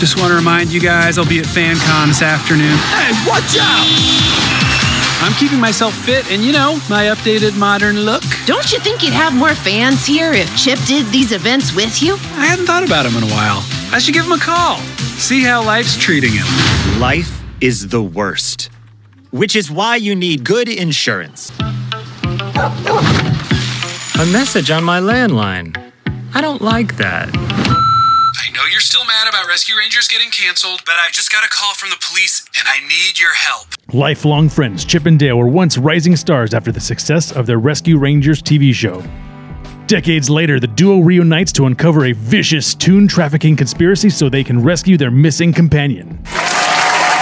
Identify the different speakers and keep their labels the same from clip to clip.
Speaker 1: Just want to remind you guys, I'll be at FanCon this afternoon.
Speaker 2: Hey, watch out!
Speaker 1: I'm keeping myself fit and, you know, my updated modern look.
Speaker 3: Don't you think you'd have more fans here if Chip did these events with you?
Speaker 1: I hadn't thought about him in a while. I should give him a call, see how life's treating him.
Speaker 4: Life is the worst, which is why you need good insurance.
Speaker 5: A message on my landline. I don't like that.
Speaker 6: I know you're still mad about Rescue Rangers getting canceled, but I've just got a call from the police and I need your help.
Speaker 7: Lifelong friends Chip and Dale were once rising stars after the success of their Rescue Rangers TV show. Decades later, the duo reunites to uncover a vicious tune trafficking conspiracy so they can rescue their missing companion.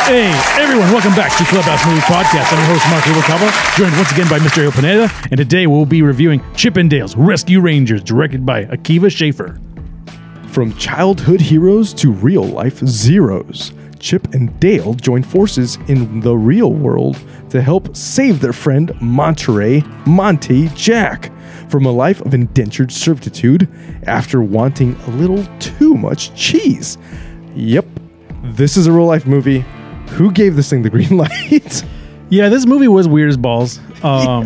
Speaker 7: Hey, everyone, welcome back to Clubhouse Movie Podcast. I'm your host, Mark Rubalcaba, joined once again by Mr. Ariel Pineda, and today we'll be reviewing Chip and Dale's Rescue Rangers, directed by Akiva Schaffer.
Speaker 8: From childhood heroes to real life zeros, Chip and Dale join forces in the real world to help save their friend Monterey Monty Jack from a life of indentured servitude after wanting a little too much cheese. Yep, this is a real life movie. Who gave this thing the green light?
Speaker 7: Yeah, this movie was weird as balls. Um,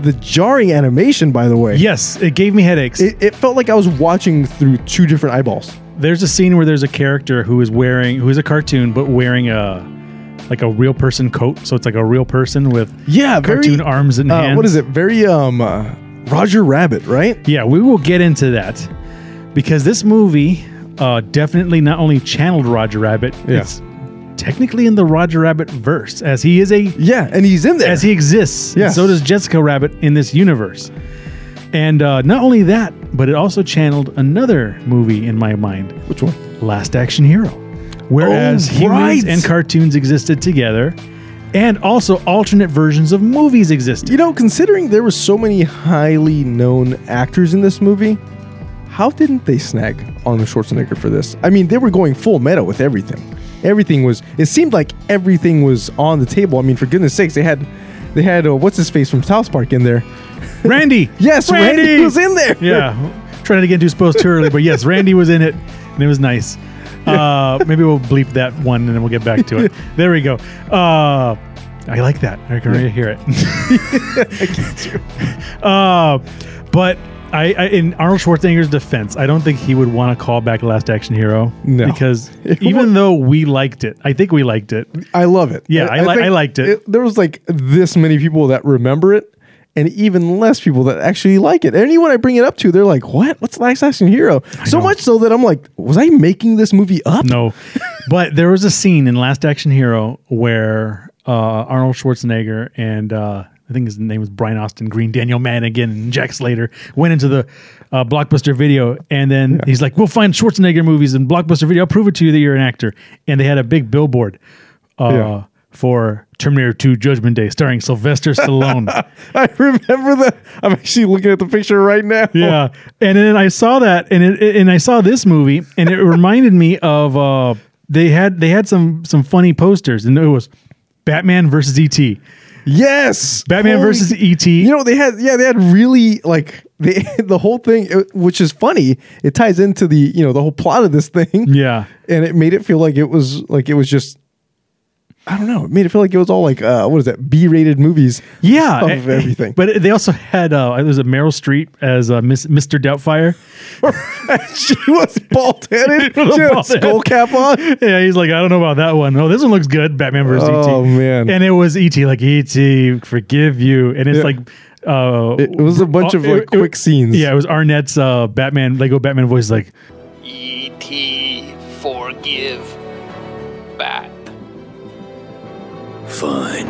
Speaker 8: the jarring animation, by the way.
Speaker 7: Yes, it gave me headaches.
Speaker 8: It, it felt like I was watching through two different eyeballs.
Speaker 7: there's a scene where there's a character who is wearing who is a cartoon but wearing a like a real person coat so it's like a real person with
Speaker 8: Yeah, very,
Speaker 7: cartoon arms and
Speaker 8: uh,
Speaker 7: hands
Speaker 8: What is it? Very um, uh, Roger Rabbit, right?
Speaker 7: yeah we will get into that because this movie uh definitely not only channeled roger rabbit
Speaker 8: Yeah.
Speaker 7: it's technically in the roger rabbit verse as he is a
Speaker 8: Yeah, and he's in there.
Speaker 7: as he exists. and
Speaker 8: Yes.
Speaker 7: So does Jessica Rabbit in this universe. And uh, not only that, but it also channeled another movie in my mind.
Speaker 8: Which one?
Speaker 7: Last Action Hero. Whereas
Speaker 8: Oh,
Speaker 7: humans
Speaker 8: right.
Speaker 7: and cartoons existed together, and also alternate versions of movies existed.
Speaker 8: You know, considering there were so many highly known actors in this movie, how didn't they snag Arnold Schwarzenegger for this? I mean, they were going full meta with everything. Everything was. It seemed like everything was on the table. I mean, for goodness sakes, they had, they had uh, what's his face from South Park in there.
Speaker 7: Randy.
Speaker 8: Yes, Randy, was in there.
Speaker 7: Yeah, trying to get into supposed too early, but yes, Randy was in it, and it was nice. Uh, maybe we'll bleep that one, and then we'll get back to it. there we go. Uh, I like that. I can already hear it. Uh, but I, I, in Arnold Schwarzenegger's defense, I don't think he would want to call back Last Action Hero
Speaker 8: No.
Speaker 7: because even though we liked it, I think we liked it.
Speaker 8: I love it.
Speaker 7: Yeah, I li-
Speaker 8: think
Speaker 7: I liked it.
Speaker 8: There was like this many people that remember it, and even less people that actually like it. Anyone I bring it up to, they're like, "What? What's Last Action Hero?" so much so that I'm like, "Was I making this movie up?"
Speaker 7: No, but there was a scene in Last Action Hero where uh, Arnold Schwarzenegger and uh, I think his name was Brian Austin Green, Daniel Manigan, and Jack Slater went into the uh, Blockbuster Video, and then he's like, "We'll find Schwarzenegger movies in Blockbuster Video. I'll prove it to you that you're an actor." And they had a big billboard. Uh,
Speaker 8: Yeah.
Speaker 7: For Terminator 2 Judgment Day, starring Sylvester Stallone.
Speaker 8: I remember that. I'm actually looking at the picture right now.
Speaker 7: yeah, Oh. and then I saw that, and it, and I saw this movie, and it reminded me of uh, they had they had some some funny posters, and it was Batman versus E ET,
Speaker 8: Yes,
Speaker 7: Batman
Speaker 8: Holy-
Speaker 7: versus E ET.
Speaker 8: You know they had yeah they had really like they, the whole thing, uh, which is funny. It ties into the you know the whole plot of this thing.
Speaker 7: yeah,
Speaker 8: and it made it feel like it was like it was just I don't know. It made it feel like it was all like uh, what is that B-rated movies?
Speaker 7: yeah,
Speaker 8: of
Speaker 7: a- a-
Speaker 8: everything. But
Speaker 7: But they also had uh, there was a Meryl Streep as uh, Miss, Mr. Doubtfire.
Speaker 8: she was bald headed. she
Speaker 7: was a
Speaker 8: had a
Speaker 7: bald head.
Speaker 8: skull cap on.
Speaker 7: yeah, he's like, I don't know about that one. Oh, this one looks good. Batman versus ET.
Speaker 8: Oh, man.
Speaker 7: and it was ET like ET forgive you, and it's
Speaker 8: Yeah.
Speaker 7: like. Uh,
Speaker 8: It was a bunch of, like, quick scenes.
Speaker 7: Yeah, it was Arnett's uh, Batman Lego Batman voice, like
Speaker 2: E.T. Forgive. Bat. Fine.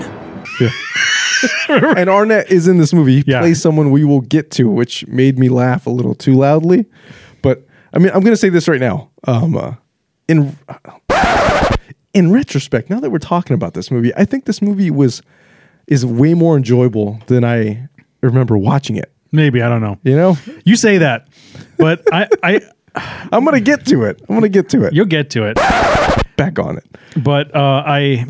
Speaker 8: And Arnett is in this movie. He
Speaker 7: Yeah.
Speaker 8: plays someone we will get to, which made me laugh a little too loudly. But I mean, I'm going to say this right now. Um, uh, in in retrospect, now that we're talking about this movie, I think this movie was is way more enjoyable than I remember watching it.
Speaker 7: maybe I don't know.
Speaker 8: You know,
Speaker 7: You say that, but I, I
Speaker 8: I'm gonna get to it. I'm gonna get to it.
Speaker 7: you'll get to it.
Speaker 8: back on it.
Speaker 7: But uh, I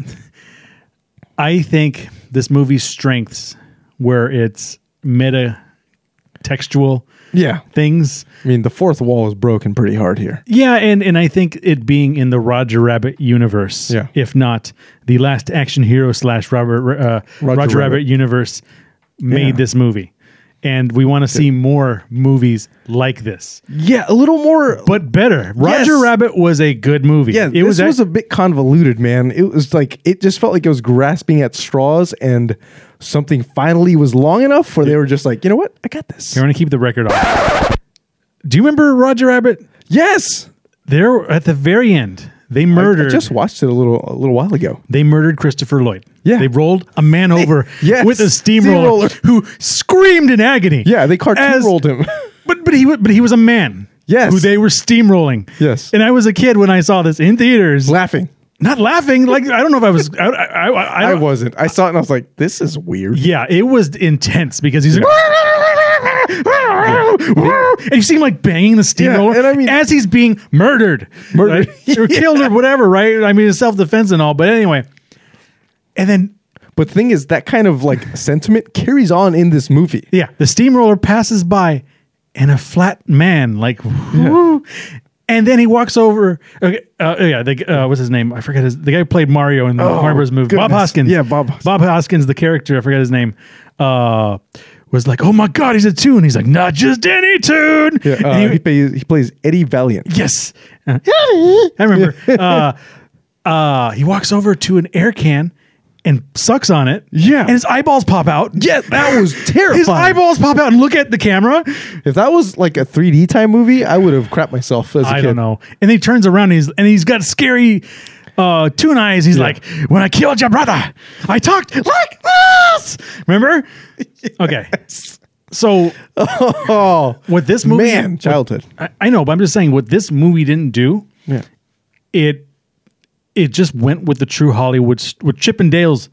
Speaker 7: I think this movie's strengths where it's meta textual
Speaker 8: Yeah.
Speaker 7: things.
Speaker 8: I mean, the fourth wall is broken pretty hard here.
Speaker 7: Yeah, and and I think it being in the Roger Rabbit universe,
Speaker 8: Yeah.
Speaker 7: if not the last action hero slash Robert uh, Roger, Rabbit.
Speaker 8: Rabbit.
Speaker 7: universe, made
Speaker 8: Yeah.
Speaker 7: this movie, and we want to see more movies like this,
Speaker 8: Yeah, a little more.
Speaker 7: but better. Roger
Speaker 8: Yes.
Speaker 7: Rabbit was a good movie.
Speaker 8: yeah,
Speaker 7: it
Speaker 8: it this
Speaker 7: was,
Speaker 8: was, a bit convoluted, man. It was like it just felt like it was grasping at straws, and something finally was long enough where they were just like, you know what, I got this.
Speaker 7: I want to keep the record off. Do you remember Roger Rabbit?
Speaker 8: Yes,
Speaker 7: There at the very end, they
Speaker 8: I-
Speaker 7: murdered.
Speaker 8: I just watched it a little a little while ago.
Speaker 7: They murdered Christopher Lloyd.
Speaker 8: Yeah.
Speaker 7: They rolled a man over
Speaker 8: Yes.
Speaker 7: with a steamroller,
Speaker 8: Steamroller.
Speaker 7: who screamed in agony.
Speaker 8: Yeah, they
Speaker 7: As-
Speaker 8: cartoon rolled him.
Speaker 7: But but he wa- but he was a man.
Speaker 8: Yes.
Speaker 7: Who they were steamrolling.
Speaker 8: Yes.
Speaker 7: And I was a kid when I saw this in theaters.
Speaker 8: laughing.
Speaker 7: not laughing. Like I don't know if I was. I I, I, I,
Speaker 8: I
Speaker 7: don't-
Speaker 8: wasn't. I saw it and I was like, this is weird.
Speaker 7: Yeah, it was intense because he's like, and you see him like banging the steamroller
Speaker 8: Yeah, and I mean-
Speaker 7: as he's being murdered,
Speaker 8: Murdered.
Speaker 7: right? or killed or whatever, right? I mean, it's self defense and all, but anyway. And then
Speaker 8: But the thing is, that kind of like sentiment carries on in this movie.
Speaker 7: Yeah, the steamroller passes by, and a flat man like, whoo, and then he walks over. Okay, uh, yeah, the, uh, what's his name? I forget his. The guy who played Mario in the
Speaker 8: Oh,
Speaker 7: Mario Bros. movie, Bob
Speaker 8: goodness.
Speaker 7: Hoskins.
Speaker 8: Yeah, Bob Hoskins.
Speaker 7: Bob Hoskins, the character. I forget his name. Uh, was like, oh my god, he's a tune. He's like, not just any tune.
Speaker 8: Yeah,
Speaker 7: And
Speaker 8: uh,
Speaker 7: he-
Speaker 8: he, plays, he plays Eddie Valiant.
Speaker 7: Yes. Uh, I remember. Uh, uh, he walks over to an air can and sucks on it.
Speaker 8: Yeah.
Speaker 7: And his eyeballs pop out.
Speaker 8: Yeah, that was
Speaker 7: His
Speaker 8: terrifying.
Speaker 7: eyeballs pop out and look at the camera.
Speaker 8: If that was like a 3D time movie, I would have crapped myself as a
Speaker 7: I
Speaker 8: kid.
Speaker 7: don't know. And he turns around and he's, and he's got scary uh, tune eyes. He's like, When I killed your brother, I talked like this. Remember? Okay. So,
Speaker 8: Oh,
Speaker 7: what this movie.
Speaker 8: man, childhood.
Speaker 7: I, I know, but I'm just saying what this movie didn't do.
Speaker 8: Yeah.
Speaker 7: It it just went with the true Hollywood. st- What Chippendales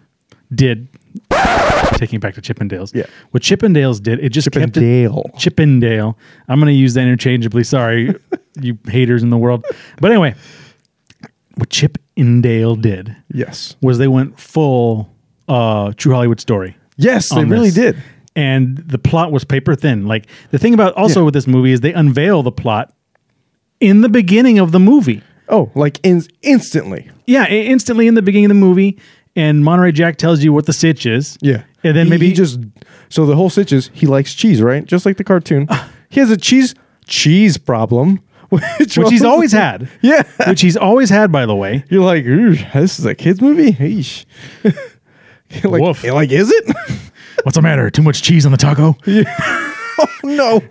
Speaker 7: did, taking it back to Chippendales.
Speaker 8: Yeah.
Speaker 7: What Chippendales did, it just kept
Speaker 8: Chippendale.
Speaker 7: it, Chippendale. I'm going to use that interchangeably. Sorry, you haters in the world. But anyway, what Chippendale did
Speaker 8: Yes.
Speaker 7: was they went full uh, true Hollywood story
Speaker 8: Yes, they
Speaker 7: on
Speaker 8: really
Speaker 7: this.
Speaker 8: did.
Speaker 7: And the plot was paper thin. Like the thing about also
Speaker 8: Yeah.
Speaker 7: with this movie is they unveil the plot in the beginning of the movie.
Speaker 8: Oh, like in, instantly.
Speaker 7: Yeah, i- instantly in the beginning of the movie, and Monterey Jack tells you what the sitch is. and then
Speaker 8: He-
Speaker 7: maybe
Speaker 8: he just so the whole sitch is he likes cheese, right? Just like the cartoon. he has a cheese cheese problem, which,
Speaker 7: which he's
Speaker 8: was-
Speaker 7: always had.
Speaker 8: Yeah.
Speaker 7: which he's always had, by the way.
Speaker 8: You're like, "Ooh, this is a kids movie. Eesh. You're like,
Speaker 7: Woof.
Speaker 8: you're like, is it?
Speaker 7: What's the matter? Too much cheese on the taco?
Speaker 8: no.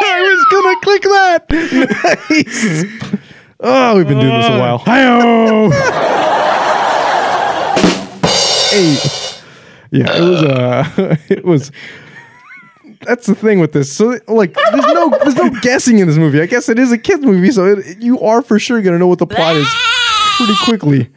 Speaker 8: I was gonna click that. Nice. Oh, we've been doing this a while.
Speaker 7: Hi-oh!
Speaker 8: eight. Yeah, it was. Uh, it was. That's the thing with this. So, like, there's no, there's no guessing in this movie. I guess it is a kids movie, so it, you are for sure gonna know what the plot is pretty quickly,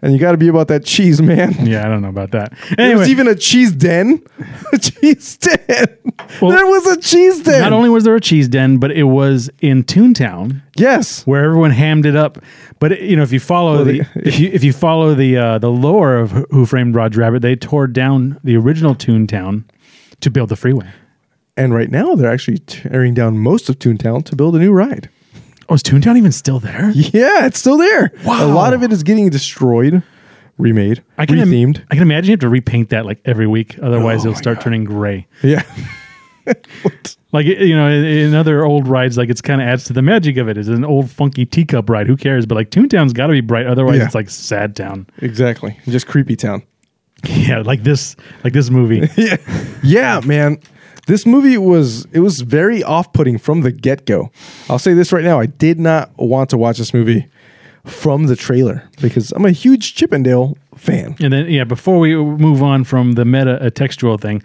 Speaker 8: and you got to be about that cheese, man.
Speaker 7: yeah, I don't know about that.
Speaker 8: There
Speaker 7: Anyway,
Speaker 8: was even a cheese den. A cheese den.
Speaker 7: Well,
Speaker 8: there was a cheese den.
Speaker 7: not only was there a cheese den, but it was in Toontown.
Speaker 8: yes.
Speaker 7: where everyone hammed it up. But you know, if you follow the,
Speaker 8: the-
Speaker 7: if you if you follow the uh, the lore of Who- Who Framed Roger Rabbit, they tore down the original Toontown to build the freeway.
Speaker 8: And right now they're actually tearing down most of Toontown to build a new ride.
Speaker 7: Oh, is Toontown even still there?
Speaker 8: Yeah, it's still there.
Speaker 7: Wow.
Speaker 8: A lot of it is getting destroyed, remade,
Speaker 7: I can im-
Speaker 8: rethemed. Oh
Speaker 7: I can imagine you have to repaint that like every week, otherwise it'll start turning gray.
Speaker 8: Yeah.
Speaker 7: Like it- you know, in, in other old rides, like it's kind of adds to the magic of it. It's an old funky teacup ride. Who cares? But like Toontown's got to be bright, otherwise
Speaker 8: Yeah.
Speaker 7: it's like sad town.
Speaker 8: Exactly. Just creepy town.
Speaker 7: Yeah, like this, like this movie.
Speaker 8: Yeah. Yeah, man. This movie was it was very off-putting from the get-go. I'll say this right now, I did not want to watch this movie from the trailer because I'm a huge Chippendale fan.
Speaker 7: And then, yeah, before we move on from the meta a textual thing,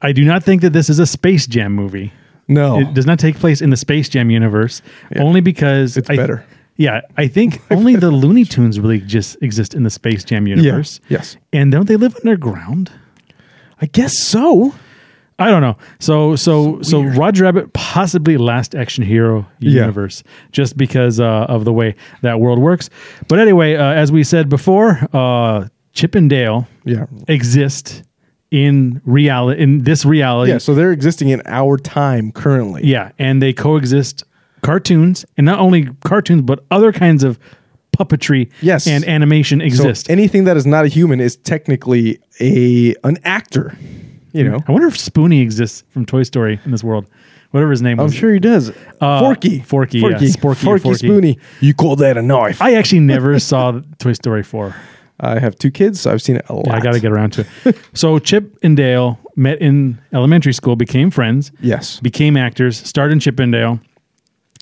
Speaker 7: I do not think that this is a Space Jam movie.
Speaker 8: No.
Speaker 7: It does not take place in the Space Jam universe, only because
Speaker 8: It's
Speaker 7: I-
Speaker 8: better.
Speaker 7: Yeah, I think only the Looney Tunes really just exist in the Space Jam universe.
Speaker 8: yes.
Speaker 7: and don't they live underground?
Speaker 8: I guess so.
Speaker 7: I don't know. So so so Roger Rabbit possibly last action hero
Speaker 8: Yeah.
Speaker 7: universe just because uh, of the way that world works. But anyway, uh, as we said before, uh, Chip and Dale
Speaker 8: Yeah.
Speaker 7: exist in reality in this reality.
Speaker 8: Yeah. So they're existing in our time currently.
Speaker 7: Yeah, and they coexist cartoons and not only cartoons but other kinds of puppetry
Speaker 8: Yes.
Speaker 7: and animation exist.
Speaker 8: So anything that is not a human is technically a an actor. You know.
Speaker 7: I wonder if Spoonie exists from Toy Story in this world. Whatever his name
Speaker 8: I'm
Speaker 7: was.
Speaker 8: sure he does. Uh, Forky.
Speaker 7: Uh, Forky, yeah.
Speaker 8: Forky.
Speaker 7: Sporky,
Speaker 8: Forky.
Speaker 7: Forky.
Speaker 8: Spoonie. You call that a knife? I,
Speaker 7: I actually never saw Toy Story 4.
Speaker 8: I have two kids, so I've seen it a lot.
Speaker 7: I got to get around to it. so Chip and Dale met in elementary school, became friends.
Speaker 8: Yes.
Speaker 7: Became actors, starred in Chip and Dale.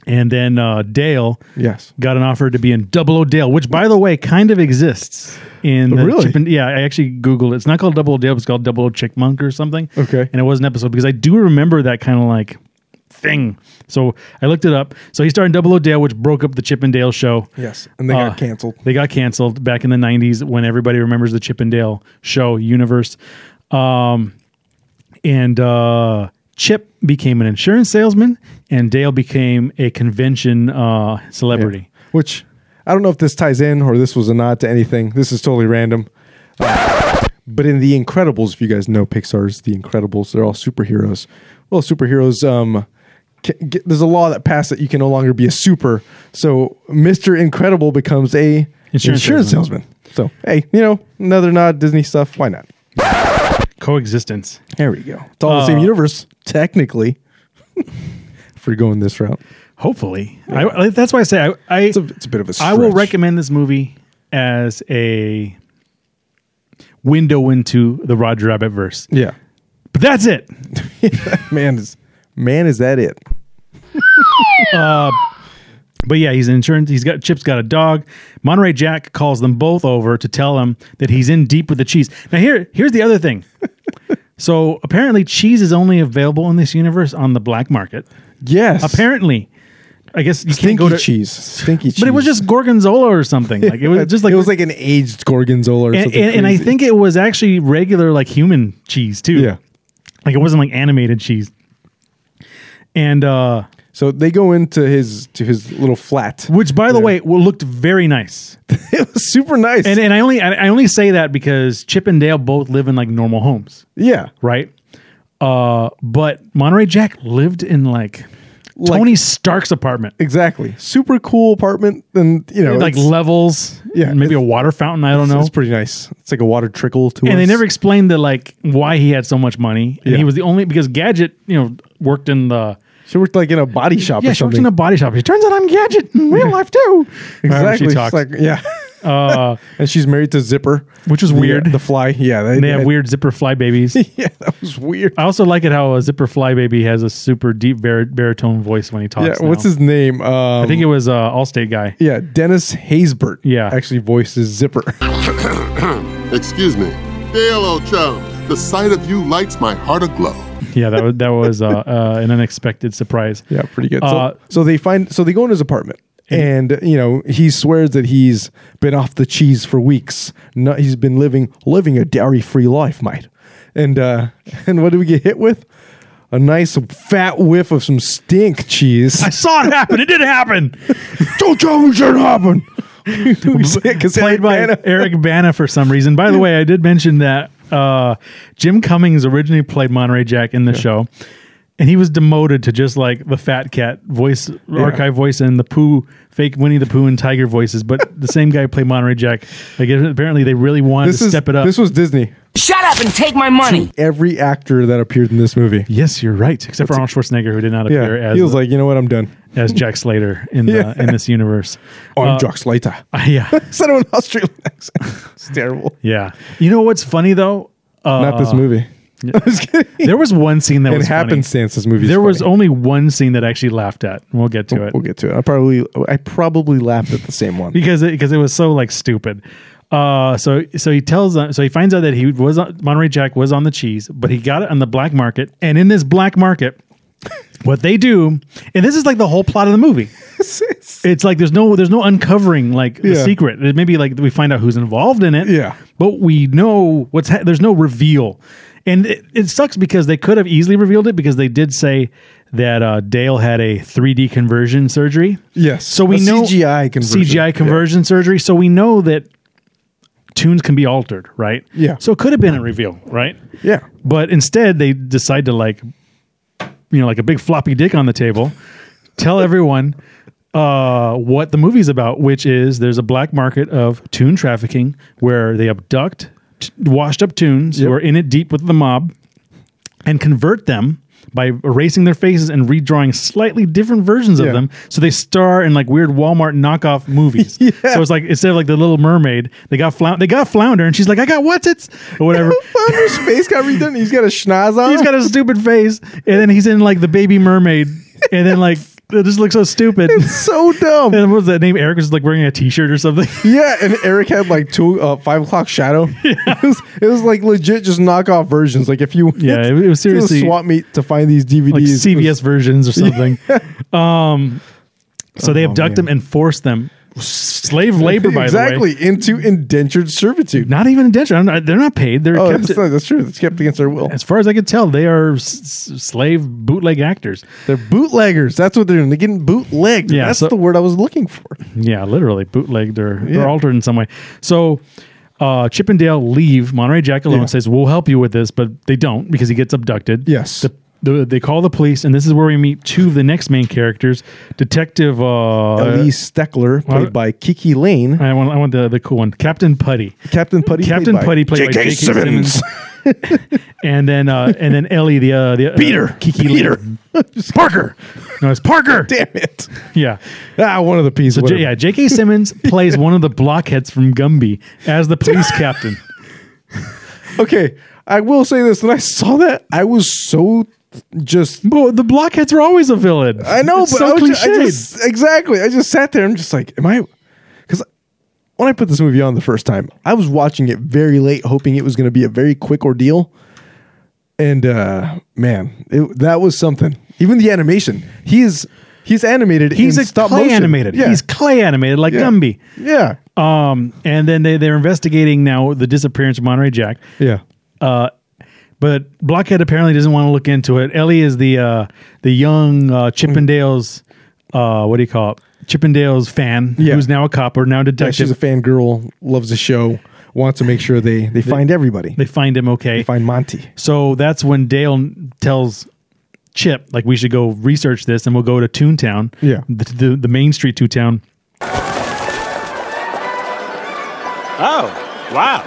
Speaker 7: And then uh, Dale
Speaker 8: Yes.
Speaker 7: got an offer to be in Double O Dale, which, by the way, kind of exists in the
Speaker 8: Really?
Speaker 7: Chip and, yeah. I actually googled it. It's not called Double O Dale; it's called Double O Chickmunk or something.
Speaker 8: Okay.
Speaker 7: and it was an episode because I do remember that kind of like thing. So I looked it up. So he starred in Double O Dale, which broke up the Chip and Dale show.
Speaker 8: Yes. And they
Speaker 7: Uh,
Speaker 8: got canceled.
Speaker 7: They got canceled back in the '90s when everybody remembers the Chip and Dale show universe. Um, and uh, Chip became an insurance salesman, and Dale became a convention uh, celebrity.
Speaker 8: Which I don't know if this ties in or this was a nod to anything. This is totally random. Uh, but in The Incredibles, if you guys know Pixar's The Incredibles, they're all superheroes. Well, superheroes. Um, ca get, there's a law that passed that you can no longer be a super. So Mr. Incredible becomes a
Speaker 7: Insurance
Speaker 8: insurance,
Speaker 7: salesman.
Speaker 8: salesman. So hey, you know another nod Disney stuff. Why not?
Speaker 7: coexistence.
Speaker 8: There we go. It's all the same
Speaker 7: Uh,
Speaker 8: universe technically. if we're going this route,
Speaker 7: Hopefully, I, I- that's why I say I. I
Speaker 8: it's a, it's a bit of a.
Speaker 7: I will
Speaker 8: stretch.
Speaker 7: recommend this movie as a window into the Roger Rabbit verse.
Speaker 8: Yeah,
Speaker 7: But that's it.
Speaker 8: man is man is that it?
Speaker 7: But yeah, he's in insurance. He's got Chip's got a dog. Monterey Jack calls them both over to tell them that he's in deep with the cheese. Now here, here's the other thing. so apparently, cheese is only available in this universe on the black market.
Speaker 8: Yes,
Speaker 7: Apparently, I guess you
Speaker 8: stinky
Speaker 7: can't go to
Speaker 8: cheese, stinky cheese.
Speaker 7: But it was just gorgonzola or something. Like it was just like
Speaker 8: it was like an aged gorgonzola. Or
Speaker 7: and,
Speaker 8: something
Speaker 7: and, and I
Speaker 8: crazy.
Speaker 7: think it was actually regular like human cheese too.
Speaker 8: yeah.
Speaker 7: Like it wasn't like animated cheese. And uh
Speaker 8: So they go into his to his little flat.
Speaker 7: which by the way well, looked very nice.
Speaker 8: it was super nice.
Speaker 7: And and I only I I only say that because Chip and Dale both live in like normal homes,
Speaker 8: yeah,
Speaker 7: right? Uh but Monterey Jack lived in like,
Speaker 8: Like-
Speaker 7: Tony Stark's apartment.
Speaker 8: exactly. Super cool apartment, and you know,
Speaker 7: like
Speaker 8: Oh, it's,
Speaker 7: levels,
Speaker 8: yeah,
Speaker 7: maybe
Speaker 8: it's-
Speaker 7: a water fountain, I don't know.
Speaker 8: it's pretty nice. It's like a water trickle to us.
Speaker 7: and they never explained the like why he had so much money. And
Speaker 8: Yeah.
Speaker 7: he was the only because Gadget, you know, worked in the
Speaker 8: She worked like in a body shop.
Speaker 7: Yeah,
Speaker 8: or
Speaker 7: she works
Speaker 8: something.
Speaker 7: in a body shop. It turns out I'm Gadget in real life too. However
Speaker 8: exactly.
Speaker 7: She
Speaker 8: She's
Speaker 7: talks,
Speaker 8: like yeah,
Speaker 7: uh,
Speaker 8: and she's married to Zipper,
Speaker 7: which was
Speaker 8: The-
Speaker 7: weird.
Speaker 8: The fly, yeah,
Speaker 7: and they have weird zipper fly babies.
Speaker 8: Yeah, that was weird.
Speaker 7: I also like it how a zipper fly baby has a super deep bar- baritone voice when he
Speaker 8: Yeah,
Speaker 7: talks.
Speaker 8: what's
Speaker 7: now.
Speaker 8: his name? Um,
Speaker 7: I think it was uh, Allstate guy.
Speaker 8: yeah, Dennis Haysbert.
Speaker 7: Yeah.
Speaker 8: actually voices Zipper.
Speaker 9: Excuse me. Dale, old chum, the sight of you lights my heart aglow.
Speaker 7: Yeah, that was that was uh, uh, an unexpected surprise.
Speaker 8: Yeah, pretty good.
Speaker 7: Uh,
Speaker 8: so, so they find so they go in his apartment, and you know he swears that he's been off the cheese for weeks. No, he's been living living a dairy free life, mate. And uh, and what do we get hit with? A nice fat whiff of some stink cheese.
Speaker 7: I saw it happen. It did happen.
Speaker 8: Don't tell me shit happened.
Speaker 7: Played by Eric Bana for some reason. By the way, I did mention that uh, Jim Cummings originally played Monterey Jack in the show, and he was demoted to just like the Fat Cat voice, archive voice, and the Pooh fake Winnie the Pooh and Tiger voices. But the same guy played Monterey Jack. Like apparently they really wanted
Speaker 8: This
Speaker 7: to
Speaker 8: is
Speaker 7: step it up.
Speaker 8: this was Disney.
Speaker 10: Shut up and take my money.
Speaker 8: Every actor that appeared in this movie.
Speaker 7: yes, you're right. Except for Arnold Schwarzenegger, who did not appear
Speaker 8: Yeah,
Speaker 7: as
Speaker 8: he was like, you know what, I'm done.
Speaker 7: as Jack Slater in
Speaker 8: Yeah.
Speaker 7: the in this universe.
Speaker 8: I'm
Speaker 7: Uh,
Speaker 8: Jock Slater.
Speaker 7: Yeah,
Speaker 8: Said it with an Australian accent. It's terrible.
Speaker 7: yeah. You know what's funny though? Uh,
Speaker 8: Not this movie. I'm just kidding.
Speaker 7: There was one scene that
Speaker 8: in
Speaker 7: was funny.
Speaker 8: happenstance, this movie.
Speaker 7: There was only one scene that I actually laughed at. and We'll get to it
Speaker 8: We'll get to it. I probably, I probably laughed at the same one.
Speaker 7: because it, because it was so like stupid. Uh, so so he tells them. So he finds out that he was on, Monterey Jack was on the cheese, but he got it on the black market. And in this black market, what they do, and this is like the whole plot of the movie. It's like there's no there's no uncovering like the
Speaker 8: Yeah.
Speaker 7: secret. It maybe like we find out who's involved in it.
Speaker 8: Yeah.
Speaker 7: but we know what's ha- there's no reveal, and it, it sucks because they could have easily revealed it because they did say that uh, Dale had a 3D conversion surgery.
Speaker 8: yes.
Speaker 7: So we
Speaker 8: A
Speaker 7: know
Speaker 8: CGI conversion.
Speaker 7: CGI conversion surgery. So we know that tunes can be altered, right?
Speaker 8: Yeah.
Speaker 7: So it could have been a reveal, right?
Speaker 8: Yeah.
Speaker 7: But instead, they decide to like, you know, like a big floppy dick on the table, tell everyone uh, what the movie's about, which is there's a black market of tune trafficking where they abduct t- washed up tunes who are in it deep with the mob and convert them by erasing their faces and redrawing slightly different versions
Speaker 8: Yeah.
Speaker 7: of them so they star in like weird Walmart knockoff movies. So it's like instead of like the Little Mermaid, they got flound- they got Flounder and she's like I got what's it or whatever.
Speaker 8: Flounder's face got redone. He's got a schnoz on.
Speaker 7: he's got a stupid face and then he's in like the Baby Mermaid and then like it just looks so stupid.
Speaker 8: It's so dumb.
Speaker 7: And what was that name? Eric was like wearing a T-shirt or something.
Speaker 8: Yeah, and Eric had like two uh, five o'clock shadow. It, was, it was like legit, just knockoff versions. Like if you
Speaker 7: Yeah, it was
Speaker 8: if you
Speaker 7: seriously-
Speaker 8: swap meet to find these DVDs.
Speaker 7: like
Speaker 8: it was-
Speaker 7: CVS versions or something. um, so
Speaker 8: Oh,
Speaker 7: they abduct them and force them slave labor. By the way,
Speaker 8: exactly into indentured servitude.
Speaker 7: not even indentured. I'm not- they're not paid. They're
Speaker 8: Oh,
Speaker 7: kept.
Speaker 8: that's, not, that's true. It's kept against their will.
Speaker 7: as far as I could tell, they are s- s- slave bootleg actors.
Speaker 8: They're bootleggers. That's what they're doing. They're getting bootlegged.
Speaker 7: Yeah,
Speaker 8: that's
Speaker 7: so-
Speaker 8: the word I was looking for.
Speaker 7: Yeah, literally bootlegged or,
Speaker 8: Yeah.
Speaker 7: or altered in some way. So uh, Chippendale leave Monterey Jack alone
Speaker 8: Yeah.
Speaker 7: says, "We'll help you with this," but they don't because he gets abducted.
Speaker 8: Yes.
Speaker 7: The, the, they call the police, and this is where we meet two of the next main characters, Detective uh,
Speaker 8: Elise Steckler, played
Speaker 7: uh,
Speaker 8: by Kiki Lane.
Speaker 7: I want, I want the, the cool one, Captain Putty.
Speaker 8: Captain Putty.
Speaker 7: Captain
Speaker 8: played by-
Speaker 7: Putty played by J.K. Simmons, and then uh, and then Ellie, the uh, the uh,
Speaker 8: Peter.
Speaker 7: Kiki
Speaker 8: Peter.
Speaker 7: Lane. Parker. No, it's Parker.
Speaker 8: Damn it.
Speaker 7: Yeah.
Speaker 8: Ah, one of the pieces.
Speaker 7: So J- yeah, J.K. Simmons plays one of the blockheads from Gumby as the police captain.
Speaker 8: Okay, I will say this. When I saw that, I was so just.
Speaker 7: But the blockheads are always a villain.
Speaker 8: I know,
Speaker 7: It's
Speaker 8: but I,
Speaker 7: so
Speaker 8: was ju- I
Speaker 7: cliched.
Speaker 8: just exactly. I just sat there. and I'm just like, am I? Because when I put this movie on the first time, I was watching it very late, hoping it was going to be a very quick ordeal. And uh man, it, that was something. Even the animation, he's he's animated.
Speaker 7: he's
Speaker 8: in
Speaker 7: a
Speaker 8: stop
Speaker 7: clay
Speaker 8: motion.
Speaker 7: animated.
Speaker 8: Yeah.
Speaker 7: He's clay animated like
Speaker 8: yeah.
Speaker 7: Gumby.
Speaker 8: Yeah,
Speaker 7: Um, and then they they're investigating now the disappearance of Monterey Jack.
Speaker 8: yeah.
Speaker 7: Uh, but Blockhead apparently doesn't want to look into it. Ellie is the uh, the young uh, Chippendales. Uh, what do you call it? Chippendales fan
Speaker 8: Yeah.
Speaker 7: who's now a cop or now a
Speaker 8: Yeah,
Speaker 7: detective.
Speaker 8: she's a fangirl, loves the show, wants to make sure they they find everybody.
Speaker 7: they find him okay.
Speaker 8: They find Monty.
Speaker 7: so that's when Dale tells Chip like we should go research this and we'll go to Toontown.
Speaker 8: Yeah.
Speaker 7: the the, the main street to town.
Speaker 4: Oh, wow.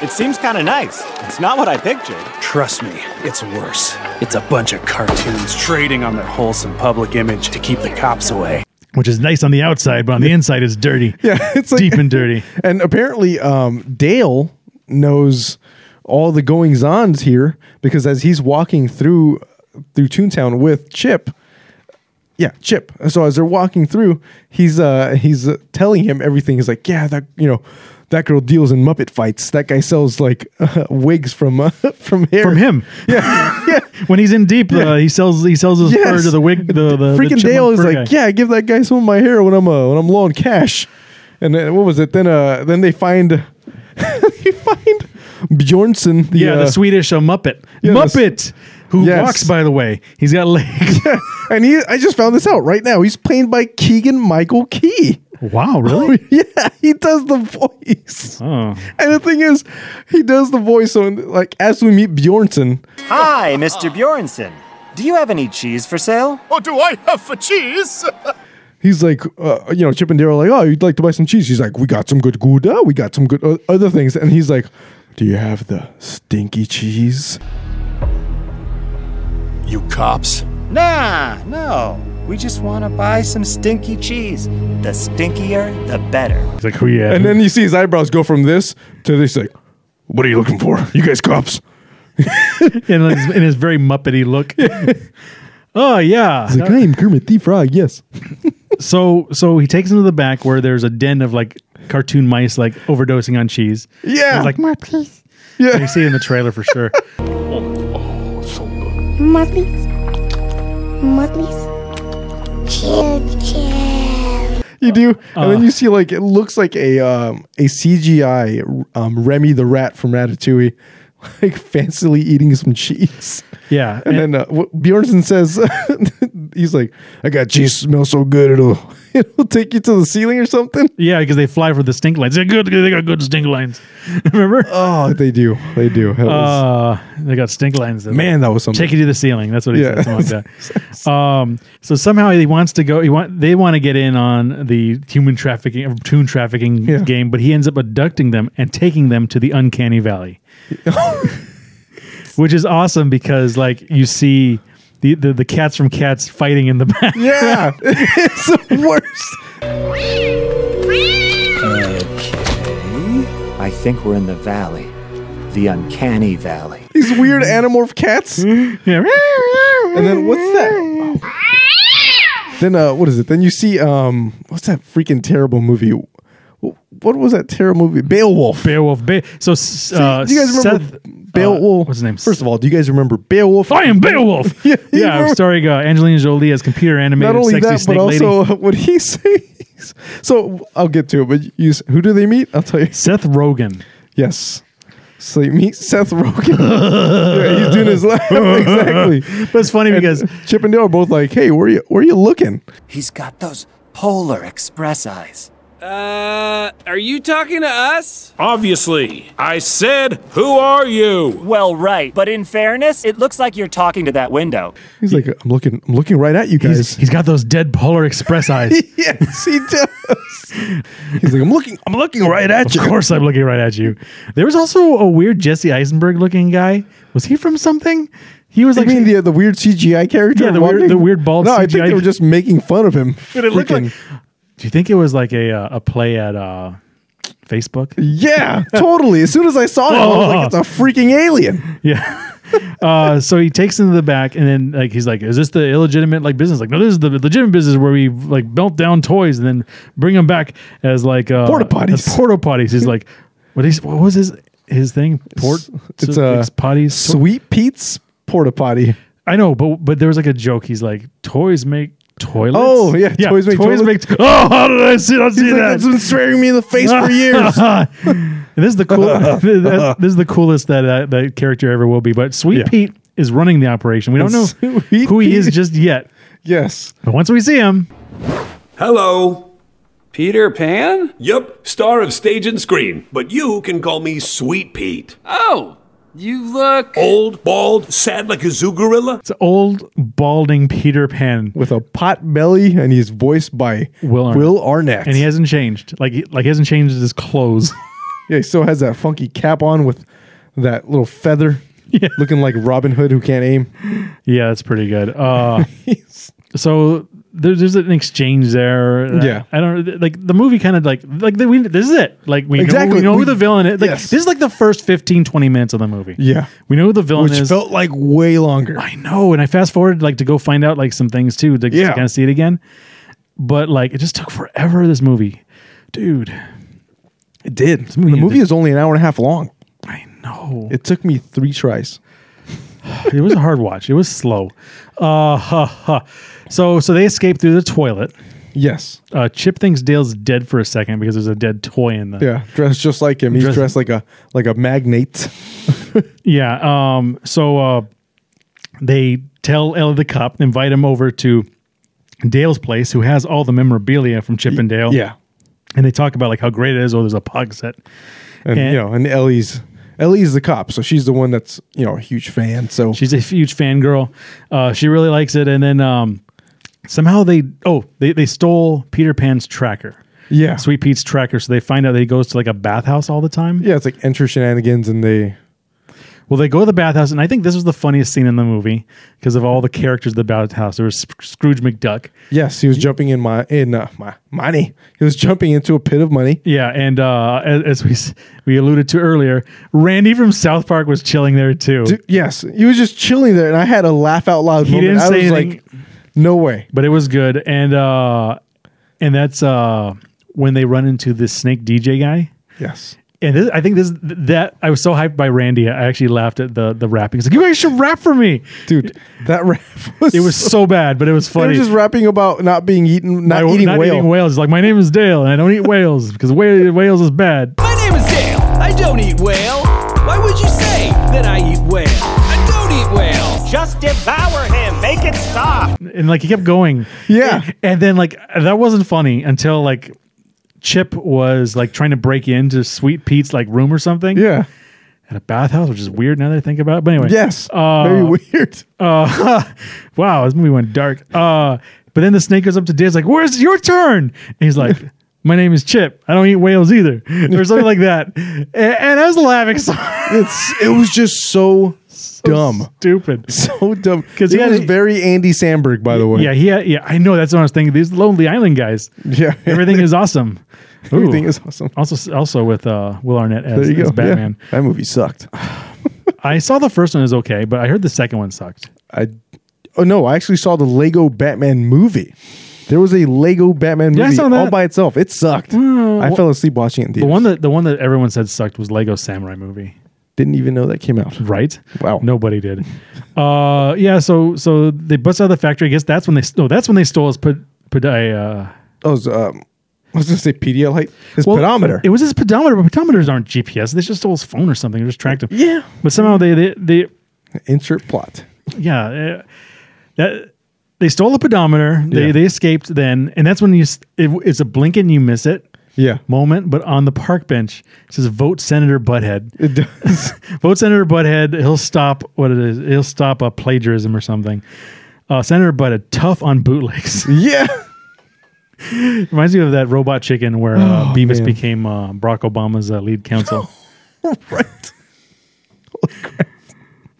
Speaker 4: It seems kind of nice. It's not what I pictured.
Speaker 2: Trust me, it's worse. It's a bunch of cartoons trading on their wholesome public image to keep the cops away.
Speaker 7: Which is nice on the outside, but on the inside it's dirty.
Speaker 8: Yeah, it's like-
Speaker 7: deep and dirty.
Speaker 8: And apparently, um, Dale knows all the goings ons here because as he's walking through through Toontown with Chip, yeah, Chip. So as they're walking through, he's uh he's uh, telling him everything. He's like, yeah, that you know. That girl deals in Muppet fights. That guy sells like wigs from uh, from hair.
Speaker 7: From him,
Speaker 8: yeah, yeah.
Speaker 7: when he's in deep, uh, he sells he sells his fur
Speaker 8: Yes.
Speaker 7: to the wig. The, the the
Speaker 8: freaking
Speaker 7: chipmunk
Speaker 8: Dale is
Speaker 7: fur
Speaker 8: like,
Speaker 7: guy.
Speaker 8: yeah, I give that guy some of my hair when I'm uh, when I'm low on cash. And then, what was it? Then uh, then they find they find Bjornson. The,
Speaker 7: Yeah,
Speaker 8: uh,
Speaker 7: the Swedish uh, Muppet.
Speaker 8: Yeah, the s-
Speaker 7: Muppet, who
Speaker 8: Yes.
Speaker 7: walks, by the way. He's got legs.
Speaker 8: and he, I just found this out right now. He's played by Keegan Michael Key.
Speaker 7: wow, really?
Speaker 8: yeah, he does the voice.
Speaker 7: oh.
Speaker 8: And the thing is, he does the voice. So like as we meet Bjornson,
Speaker 4: Hi, Mr. Bjornson. Do you have any cheese for sale?
Speaker 2: What do I have for cheese?
Speaker 8: he's like, uh, you know, Chip and Dale are like, oh, you'd like to buy some cheese? He's like, we got some good gouda, we got some good o- other things, and he's like, do you have the stinky cheese?
Speaker 2: You cops.
Speaker 4: Nah, no. We just want to buy some stinky cheese. The stinkier, the better.
Speaker 7: He's like, who yeah.
Speaker 8: And then you see his eyebrows go from this to this, like, what are you looking for? You guys cops?
Speaker 7: in, his, in his very Muppety look. oh, yeah.
Speaker 8: He's like, I am Kermit the Frog, yes.
Speaker 7: So so he takes him to the back where there's a den of like cartoon mice like overdosing on cheese.
Speaker 8: Yeah.
Speaker 7: He's like, more please. You
Speaker 8: Yeah.
Speaker 7: see it in the trailer for sure.
Speaker 11: Mudleys. Mudleys. Chib chib.
Speaker 8: You do. and then you see, like, it looks like a um, a CGI um, Remy the Rat from Ratatouille, like, fancily eating some cheese.
Speaker 7: Yeah.
Speaker 8: And, then uh, what Bjornson says, he's like, I got cheese, smells so good, it'll it'll take you to the ceiling or something.
Speaker 7: Yeah, because they fly for the stink lines. They're good. They got good stink lines. Remember?
Speaker 8: Oh, they do. They do. That was-
Speaker 7: Uh, they got stink lines. that-
Speaker 8: Man, that was something.
Speaker 7: Take it to the ceiling. That's what he
Speaker 8: Yeah.
Speaker 7: said. Something like that. Um, so somehow he wants to go. He want they want to get in on the human trafficking, or tune trafficking
Speaker 8: Yeah.
Speaker 7: game, but he ends up abducting them and taking them to the uncanny valley, which is awesome because like you see the the, the cats from Cats fighting in the back.
Speaker 8: yeah, it's the worst.
Speaker 4: I think we're in the valley. The uncanny valley.
Speaker 8: These weird anamorph cats. And
Speaker 7: Yeah.
Speaker 8: then what's that? Oh. Then uh, what is it? Then you see um, what's that freaking terrible movie? Wh- What was that terrible movie? Beowulf.
Speaker 7: Beowulf. Be- so s- uh,
Speaker 8: do you guys remember
Speaker 7: Seth-
Speaker 8: Beowulf?
Speaker 7: uh, what's his name?
Speaker 8: First of all, do you guys remember Beowulf?
Speaker 7: I am Beowulf.
Speaker 8: Yeah,
Speaker 7: yeah,
Speaker 8: you
Speaker 7: I'm
Speaker 8: remember-
Speaker 7: starring uh, Angelina Jolie as computer animated
Speaker 8: Not only
Speaker 7: sexy
Speaker 8: that, but
Speaker 7: snake lady.
Speaker 8: also uh, what he says. So I'll get to it. But you, who do they meet? I'll tell you.
Speaker 7: Seth Rogen.
Speaker 8: Yes. So you meet Seth Rogen. yeah, he's doing his laugh exactly.
Speaker 7: But it's funny
Speaker 8: And
Speaker 7: because
Speaker 8: Chip and Dale are both like, "Hey, where you where you looking?"
Speaker 4: He's got those Polar Express eyes.
Speaker 12: Uh, are you talking to us?
Speaker 13: Obviously. I said, Who are you?
Speaker 10: Well, right. But in fairness, it looks like you're talking to that window.
Speaker 8: He's like, "I'm looking, I'm looking right at you
Speaker 7: he's,
Speaker 8: guys."
Speaker 7: he's got those dead Polar Express eyes.
Speaker 8: yes, he does. He's like, "I'm looking, I'm looking right at
Speaker 7: of
Speaker 8: you."
Speaker 7: course, I'm looking right at you. There was also a weird Jesse Eisenberg looking guy. Was he from something? He was
Speaker 8: I
Speaker 7: like,
Speaker 8: mean the the weird CGI character.
Speaker 7: Yeah, the weird-
Speaker 8: walking?
Speaker 7: the weird bald
Speaker 8: No, I think
Speaker 7: CGI
Speaker 8: they were just making fun of him.
Speaker 7: but it looked like.
Speaker 8: Freaking-
Speaker 7: Do you think it was like a uh, a play at uh, Facebook?
Speaker 8: Yeah, totally. As soon as I saw him, I was like, "It's a freaking alien."
Speaker 7: Yeah. uh, so he takes him to the back, and then like he's like, "Is this the illegitimate like business?" Like, no, this is the legitimate business where we like melt down toys and then bring them back as like uh,
Speaker 8: Porta potties.
Speaker 7: as porta potties. He's like, "What is what was his his thing? Port?
Speaker 8: It's
Speaker 7: so-
Speaker 8: a
Speaker 7: like, potties.
Speaker 8: Sweet Pete's porta potty.
Speaker 7: I know, but but there was like a joke. He's like, "Toys make." Toilets?
Speaker 8: Oh, yeah,
Speaker 7: toys make
Speaker 8: toys make
Speaker 7: toys.
Speaker 8: toilets.
Speaker 7: make- oh, how did I see, not see
Speaker 8: He's like,
Speaker 7: that?
Speaker 8: "That's been swearing me in the face for years.
Speaker 7: And this is the cool. this is the coolest that uh, that character ever will be. But Sweet
Speaker 8: Yeah.
Speaker 7: Pete is running the operation. We don't know
Speaker 8: Sweet
Speaker 7: who he is
Speaker 8: Pete.
Speaker 7: just yet.
Speaker 8: Yes.
Speaker 7: But once we see him,
Speaker 13: Hello.
Speaker 6: Peter Pan?
Speaker 13: Yep, star of stage and screen, but you can call me Sweet Pete.
Speaker 6: Oh, you look.
Speaker 13: Old, bald, sad like a zoo gorilla.
Speaker 7: it's old balding Peter Pan,
Speaker 8: With a pot belly, and he's voiced by
Speaker 7: Will Arnett.
Speaker 8: Will Arnett.
Speaker 7: and he hasn't changed. Like he- like he hasn't changed his clothes.
Speaker 8: yeah, he still has that funky cap on with that little feather,
Speaker 7: Yeah.
Speaker 8: looking like Robin Hood who can't aim.
Speaker 7: yeah, that's pretty good. Uh, so there's, there's an exchange there.
Speaker 8: Yeah.
Speaker 7: I, don't like the movie. Kind of like like the, we, this is it. Like we know, we
Speaker 8: Exactly.
Speaker 7: know
Speaker 8: We-
Speaker 7: who the villain is. Like
Speaker 8: yes.
Speaker 7: this is like the first 15, 20 minutes of the movie.
Speaker 8: Yeah.
Speaker 7: we know who the villain
Speaker 8: Which
Speaker 7: is.
Speaker 8: felt like way longer.
Speaker 7: I know, and I fast forwarded like to go find out like some things too to,
Speaker 8: Yeah.
Speaker 7: kind of see it again. But like it just took forever. This movie, dude.
Speaker 8: It did. The
Speaker 7: movie-
Speaker 8: movie is only an hour and a half long.
Speaker 7: I know.
Speaker 8: It took me three tries.
Speaker 7: it was a hard watch. It was slow. Uh, ha, ha. So so they escape through the toilet.
Speaker 8: Yes.
Speaker 7: Uh, Chip thinks Dale's dead for a second because there's a dead toy in the
Speaker 8: Yeah. Dressed just like him. He's
Speaker 7: Dressed-
Speaker 8: dressed, like a like a magnate.
Speaker 7: Yeah, Um. So uh, they tell Ella the cop, invite him over to Dale's place, who has all the memorabilia from Chip and Dale.
Speaker 8: Yeah.
Speaker 7: and they talk about like how great it is. Oh, there's a pug set.
Speaker 8: And,
Speaker 7: And-
Speaker 8: you know, and Ellie's Ellie's the cop, so she's the one that's, you know, a huge fan. So
Speaker 7: She's a huge fangirl. Uh, she really likes it. And then um, somehow they oh they they stole Peter Pan's tracker,
Speaker 8: yeah.
Speaker 7: Sweet Pete's tracker. So they find out that he goes to like a bathhouse all the time.
Speaker 8: Yeah, it's like enter shenanigans and they
Speaker 7: Well, they go to the bathhouse, and I think this was the funniest scene in the movie because of all the characters of the bathhouse. There was Sc- Scrooge McDuck.
Speaker 8: Yes, he was jumping in my in uh, my money. He was jumping into a pit of money.
Speaker 7: Yeah, and uh, as, as we s- we alluded to earlier, Randy from South Park was chilling there too.
Speaker 8: Dude, yes, he was just chilling there, and I had a laugh out loud.
Speaker 7: He
Speaker 8: moment.
Speaker 7: didn't
Speaker 8: I
Speaker 7: say
Speaker 8: was
Speaker 7: anything.
Speaker 8: like, "No way!"
Speaker 7: but it was good, and uh, and that's uh, when they run into this snake DJ guy.
Speaker 8: Yes,
Speaker 7: And this, I think this that I was so hyped by Randy, I actually laughed at the the rapping. It's like you guys should rap for me.
Speaker 8: dude, that rap was.
Speaker 7: It was so bad, but it was
Speaker 8: They were
Speaker 7: funny.
Speaker 8: just rapping about not being eaten, not,
Speaker 7: I-
Speaker 8: eating,
Speaker 7: not
Speaker 8: whale.
Speaker 7: eating whales. Like my name is Dale, and I don't eat whales because whale, whales is bad.
Speaker 12: My name is Dale. I don't eat whale. Why would you say that I eat whale? I don't eat whale.
Speaker 10: Just devour him. Make it stop.
Speaker 7: It and like he kept going.
Speaker 8: Yeah.
Speaker 7: And then like that wasn't funny until like Chip was like trying to break into Sweet Pete's like room or something.
Speaker 8: Yeah.
Speaker 7: At a bathhouse, which is weird now that I think about it. But anyway.
Speaker 8: Yes.
Speaker 7: Uh,
Speaker 8: very weird.
Speaker 7: Uh, wow, this movie went dark. Uh, but then the snake goes up to Dave's like, Where's your turn? And he's like, My name is Chip. I don't eat whales either. Or something like that. And, and I was laughing so
Speaker 8: It's it was just so, dumb.
Speaker 7: Stupid.
Speaker 8: So dumb. Because
Speaker 7: he
Speaker 8: it
Speaker 7: had-
Speaker 8: was very Andy Samberg, by the way.
Speaker 7: Yeah, he had, yeah, I know. That's what I was thinking. These Lonely Island guys.
Speaker 8: Yeah.
Speaker 7: Everything is awesome. Ooh.
Speaker 8: Everything is awesome.
Speaker 7: Also, also with uh, Will Arnett as,
Speaker 8: there you
Speaker 7: as
Speaker 8: go. Yeah.
Speaker 7: Batman.
Speaker 8: That movie sucked.
Speaker 7: I saw the first one is okay, but I heard the second one sucked.
Speaker 8: I oh no, I actually saw the Lego Batman movie. There was a Lego Batman
Speaker 7: Yeah, I
Speaker 8: movie
Speaker 7: saw
Speaker 8: all
Speaker 7: that.
Speaker 8: by itself. It sucked. I
Speaker 7: well-
Speaker 8: fell asleep watching it. In
Speaker 7: The
Speaker 8: theaters.
Speaker 7: one that the one that everyone said sucked was Lego Samurai movie.
Speaker 8: Didn't even know that came out.
Speaker 7: Right?
Speaker 8: Wow.
Speaker 7: Nobody did. uh, yeah. So so they bust out of the factory. I guess that's when they no. That's when they stole his put put uh,
Speaker 8: Oh, it was, um, I was gonna say Pedialyte. His
Speaker 7: well,
Speaker 8: pedometer.
Speaker 7: It was his pedometer, but pedometers aren't GPS. They just stole his phone or something. They just tracked him.
Speaker 8: Yeah.
Speaker 7: But somehow they they, they
Speaker 8: Insert plot.
Speaker 7: yeah uh, that they stole the pedometer. They
Speaker 8: Yeah.
Speaker 7: they escaped then, and that's when you s- it, it's a blink and you miss it.
Speaker 8: Yeah.
Speaker 7: moment, but on the park bench it says vote Senator Butthead.
Speaker 8: It does.
Speaker 7: vote Senator Butthead. He'll stop what it is. He'll stop a plagiarism or something. Uh, Senator Butthead, tough on bootlegs.
Speaker 8: Yeah.
Speaker 7: Reminds me of that robot chicken where uh,
Speaker 8: Oh,
Speaker 7: Beavis
Speaker 8: man.
Speaker 7: became uh, Barack Obama's uh, lead counsel.
Speaker 8: right.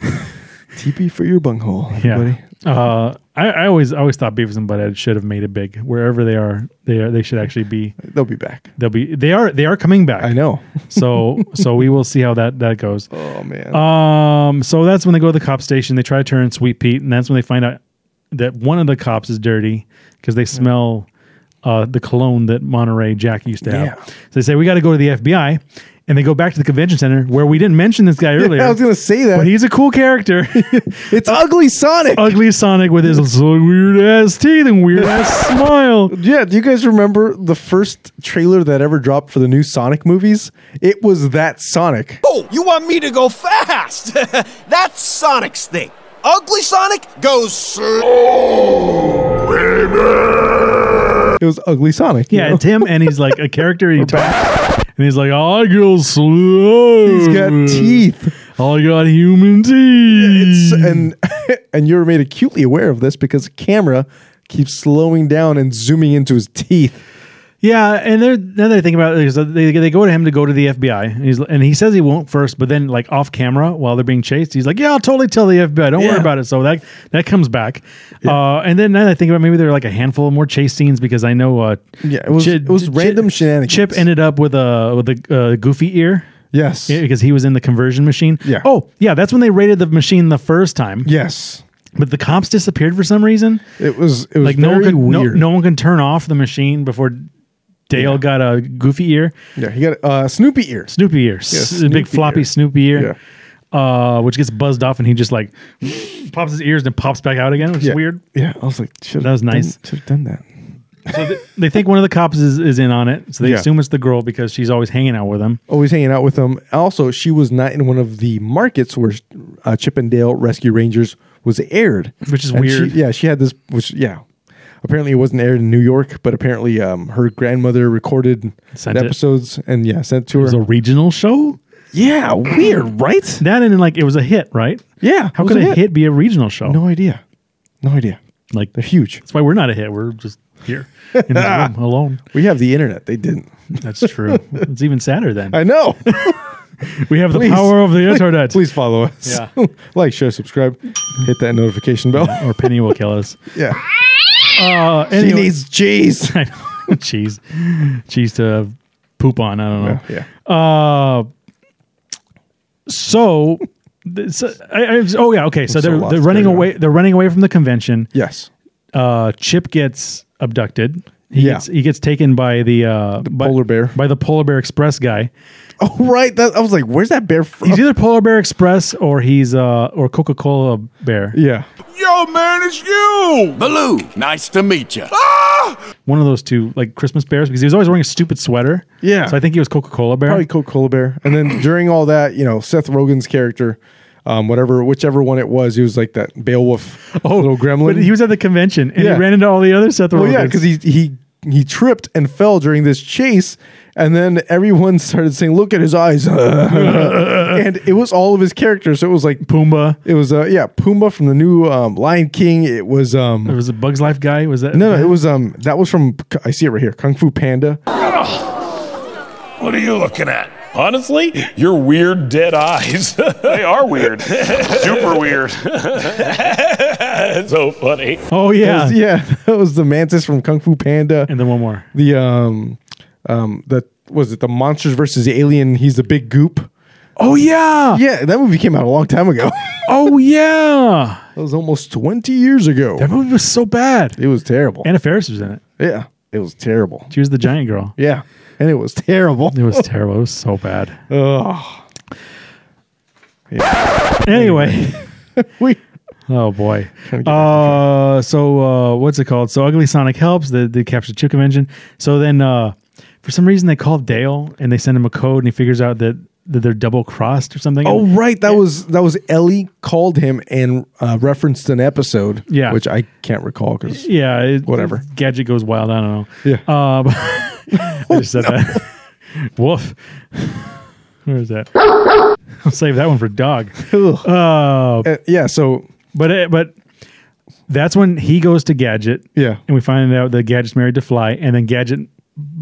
Speaker 8: TP for your bunghole, everybody.
Speaker 7: Yeah. Uh, I, I always I always thought Beavis and Butthead should have made it big wherever they are. They are they should actually be.
Speaker 8: They'll be back.
Speaker 7: They'll be they are they are coming back. I
Speaker 8: know.
Speaker 7: so so we will see how that that goes.
Speaker 8: Oh man.
Speaker 7: Um. So that's when they go to the cop station. They try to turn Sweet Pete, and that's when they find out that one of the cops is dirty because they smell uh, the cologne that Monterey Jack used to have.
Speaker 8: Yeah.
Speaker 7: So they say we got to go to the FBI, and they go back to the convention center where we didn't mention this guy earlier.
Speaker 8: I was gonna say that.
Speaker 7: But he's a cool character.
Speaker 8: it's Oh, ugly Sonic.
Speaker 7: Ugly Sonic with his weird ass teeth and weird ass smile.
Speaker 8: Yeah, do you guys remember the first trailer that ever dropped for the new Sonic movies? It was that Sonic.
Speaker 12: Oh, you want me to go fast? That's Sonic's thing. Ugly Sonic goes slow.
Speaker 8: It was ugly Sonic. you
Speaker 7: Yeah,
Speaker 8: know?
Speaker 7: it's him, and he's like a character. He talks, and he's like, "I go slow."
Speaker 8: He's got
Speaker 7: Hmm.
Speaker 8: teeth.
Speaker 7: I got human teeth.
Speaker 8: It's-
Speaker 7: Hmm.
Speaker 8: and and you're made acutely aware of this because the camera keeps slowing down and zooming into his teeth.
Speaker 7: Yeah, and they're now that I think about it, is that they they go to him to go to the FBI, and, he's, and he says he won't first, but then like off camera while they're being chased, he's like, "Yeah, I'll totally tell the FBI. Don't worry
Speaker 8: Yeah.
Speaker 7: about it." So that that comes back, uh, and then now that I think about, it, maybe there are like a handful more chase scenes because I know, uh,
Speaker 8: Yeah, it was- it was random shenanigans.
Speaker 7: Chip ended up with a with a uh, goofy ear.
Speaker 8: Yes.
Speaker 7: Yeah, because he was in the conversion machine.
Speaker 8: Yeah.
Speaker 7: Oh, yeah, that's when they raided the machine the first time.
Speaker 8: Yes.
Speaker 7: But the cops disappeared for some reason.
Speaker 8: It was it was
Speaker 7: like
Speaker 8: like
Speaker 7: no one
Speaker 8: very
Speaker 7: could no,
Speaker 8: weird.
Speaker 7: no one can turn off the machine before Dale got a goofy ear,
Speaker 8: Yeah, he got uh, Snoopy ears.
Speaker 7: Snoopy ear, S- a big
Speaker 8: Snoopy
Speaker 7: floppy
Speaker 8: ear.
Speaker 7: Snoopy ear, uh, which gets buzzed off, and he just like pops his ears and pops back out again, which
Speaker 8: Yeah.
Speaker 7: is weird.
Speaker 8: Yeah, I was like, should
Speaker 7: That was nice.
Speaker 8: Should have done that.
Speaker 7: So th- they think one of the cops is, is in on it, so they
Speaker 8: Yeah.
Speaker 7: assume it's the girl because she's always hanging out with him.
Speaker 8: always hanging out with them. Also, she was not in one of the markets where uh, Chippendale Rescue Rangers was aired,
Speaker 7: Which is
Speaker 8: And she-
Speaker 7: weird.
Speaker 8: yeah, she had this. Which yeah, apparently it wasn't aired in New York, but apparently um, her grandmother recorded
Speaker 7: Sent
Speaker 8: the
Speaker 7: it.
Speaker 8: episodes and yeah, sent it to
Speaker 7: It
Speaker 8: her.
Speaker 7: was a regional show.
Speaker 8: yeah, weird, right?
Speaker 7: That and like it was a hit, right?
Speaker 8: Yeah,
Speaker 7: How
Speaker 8: it was
Speaker 7: could
Speaker 8: a
Speaker 7: a hit. be a regional show?
Speaker 8: No idea. No idea.
Speaker 7: Like
Speaker 8: They're huge.
Speaker 7: that's why we're not a hit. We're just here in this room alone.
Speaker 8: We have the internet. They didn't.
Speaker 7: That's true. it's even sadder then.
Speaker 8: I know.
Speaker 7: We have the
Speaker 8: Please.
Speaker 7: power of the internet.
Speaker 8: Please follow us.
Speaker 7: Yeah.
Speaker 8: like, share, subscribe, hit that notification bell.
Speaker 7: or Penny will kill us.
Speaker 8: Yeah.
Speaker 7: Uh,
Speaker 8: She
Speaker 7: anyway-
Speaker 8: needs cheese.
Speaker 7: I know. cheese, cheese to poop on. I don't know.
Speaker 8: Yeah.
Speaker 7: Uh, so, th- so I, I, oh yeah, okay. So
Speaker 8: So
Speaker 7: they're
Speaker 8: lost.
Speaker 7: they're running
Speaker 8: There you
Speaker 7: away. They're running away from the convention.
Speaker 8: Yes.
Speaker 7: Uh, Chip gets abducted. He
Speaker 8: Yeah.
Speaker 7: gets, he gets taken by the, uh, by,
Speaker 8: polar bear.
Speaker 7: by the polar bear express guy.
Speaker 8: Oh, right. That, I was like, where's that bear from?
Speaker 7: He's either polar bear express or he's uh or Coca Cola bear.
Speaker 8: yeah.
Speaker 13: Yo, man, it's you! Baloo, nice to meet you.
Speaker 7: One of those two like Christmas bears because he was always wearing a stupid sweater.
Speaker 8: Yeah.
Speaker 7: So I think he was Coca Cola bear.
Speaker 8: Probably Coca Cola Bear. And then during all that, you know, Seth Rogen's character, um, whatever, whichever one it was. He was like that Beowulf little gremlin.
Speaker 7: Oh, But he was at the convention and
Speaker 8: Yeah.
Speaker 7: he ran into all the other Seth
Speaker 8: well,
Speaker 7: Rollins.
Speaker 8: yeah, because he he he tripped and fell during this chase, and then everyone started saying, "Look at his eyes," and it was all of his characters. So it was like
Speaker 7: Pumbaa.
Speaker 8: It was uh, yeah, Pumbaa from the new um, Lion King. It was um, it
Speaker 7: was a Bugs Life guy. Was that
Speaker 8: no, no? It was um, that was from I see it right here, Kung Fu Panda.
Speaker 14: What are you looking at? Honestly, your weird dead eyes. they are weird. Super weird. so funny.
Speaker 7: Oh yeah,
Speaker 8: That was- yeah. That was the mantis from Kung Fu Panda, and
Speaker 7: then one more.
Speaker 8: The um, um, that was it. The monsters versus the alien. He's the big goop.
Speaker 7: Oh yeah,
Speaker 8: yeah. That movie came out a long time ago.
Speaker 7: oh yeah,
Speaker 8: that was almost twenty years ago.
Speaker 7: That movie was so bad.
Speaker 8: It was terrible.
Speaker 7: Anna Ferris was in it.
Speaker 8: Yeah, it was terrible.
Speaker 7: She was the giant girl.
Speaker 8: Yeah, and it was terrible.
Speaker 7: It was terrible. It was so bad.
Speaker 8: Ugh.
Speaker 7: Anyway,
Speaker 8: we.
Speaker 7: Oh boy. Uh, so uh, what's it called? So Ugly Sonic helps the the capture chip convention. So then, uh, for some reason, they call Dale and they send him a code, and he figures out that that they're double crossed or something.
Speaker 8: Oh right, that was that was Ellie called him and uh, referenced an episode.
Speaker 7: Yeah.
Speaker 8: which I can't recall because
Speaker 7: yeah, it,
Speaker 8: Whatever.
Speaker 7: Gadget goes wild. I don't know.
Speaker 8: Yeah.
Speaker 7: Um, I
Speaker 8: Oh,
Speaker 7: just said that. Woof. Where is that? I'll save that one for dog. Uh,
Speaker 8: yeah. So,
Speaker 7: but it, but that's when he goes to Gadget.
Speaker 8: Yeah.
Speaker 7: And we find out that Gadget's married to Fly, and then Gadget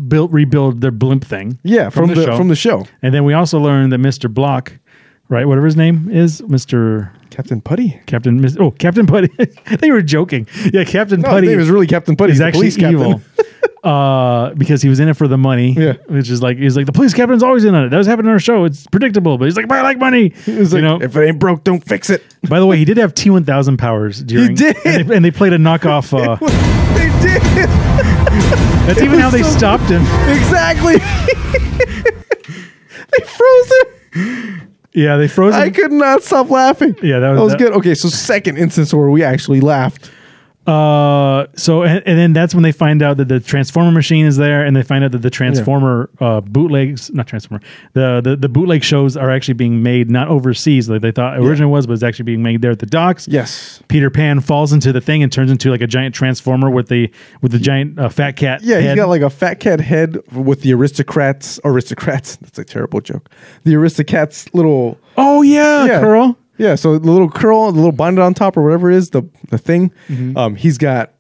Speaker 7: built rebuild their blimp thing.
Speaker 8: Yeah, from the- from the show.
Speaker 7: And then we also learned that Mister Block, right, whatever his name is, Mister
Speaker 8: Captain Putty,
Speaker 7: Captain Mis- Oh, Captain Putty. they were joking. Yeah, Captain
Speaker 8: No, Oh, his
Speaker 7: Putty.
Speaker 8: name is really Captain Putty.
Speaker 7: He's
Speaker 8: He's the
Speaker 7: actually
Speaker 8: police captain.
Speaker 7: evil. Uh, because he was in it for the money, yeah. Which is like he's like the police captain's always in on it. That was happening on our show. It's predictable, but he's like, but I like money. you know,
Speaker 8: if it ain't broke, don't fix it.
Speaker 7: By the way, he did have T one thousand powers. During, he did, and they, and they played a knockoff. Uh,
Speaker 8: they did.
Speaker 7: That's even how they stopped him.
Speaker 8: Exactly. they froze him.
Speaker 7: Yeah, they froze.
Speaker 8: I could not stop laughing.
Speaker 7: Yeah, that
Speaker 8: That
Speaker 7: was,
Speaker 8: was good. Okay, so second instance where we actually laughed.
Speaker 7: Uh, so and, and then that's when they find out that the transformer machine is there, and they find out that the transformer uh, bootlegs, not transformer, the, the the bootleg shows are actually being made not overseas like they thought originally was, but it's actually being made there at the docks.
Speaker 8: Yes,
Speaker 7: Peter Pan falls into the thing and turns into like a giant transformer with the with the giant uh, fat cat.
Speaker 8: Yeah, he's
Speaker 7: head.
Speaker 8: got like a fat cat head with the aristocrats. Aristocrats. That's a terrible joke. The aristocrats little.
Speaker 7: Oh yeah, curl.
Speaker 8: Yeah, so the little curl, the little bonnet on top or whatever it is the the thing.
Speaker 7: Mm-hmm.
Speaker 8: Um, he's got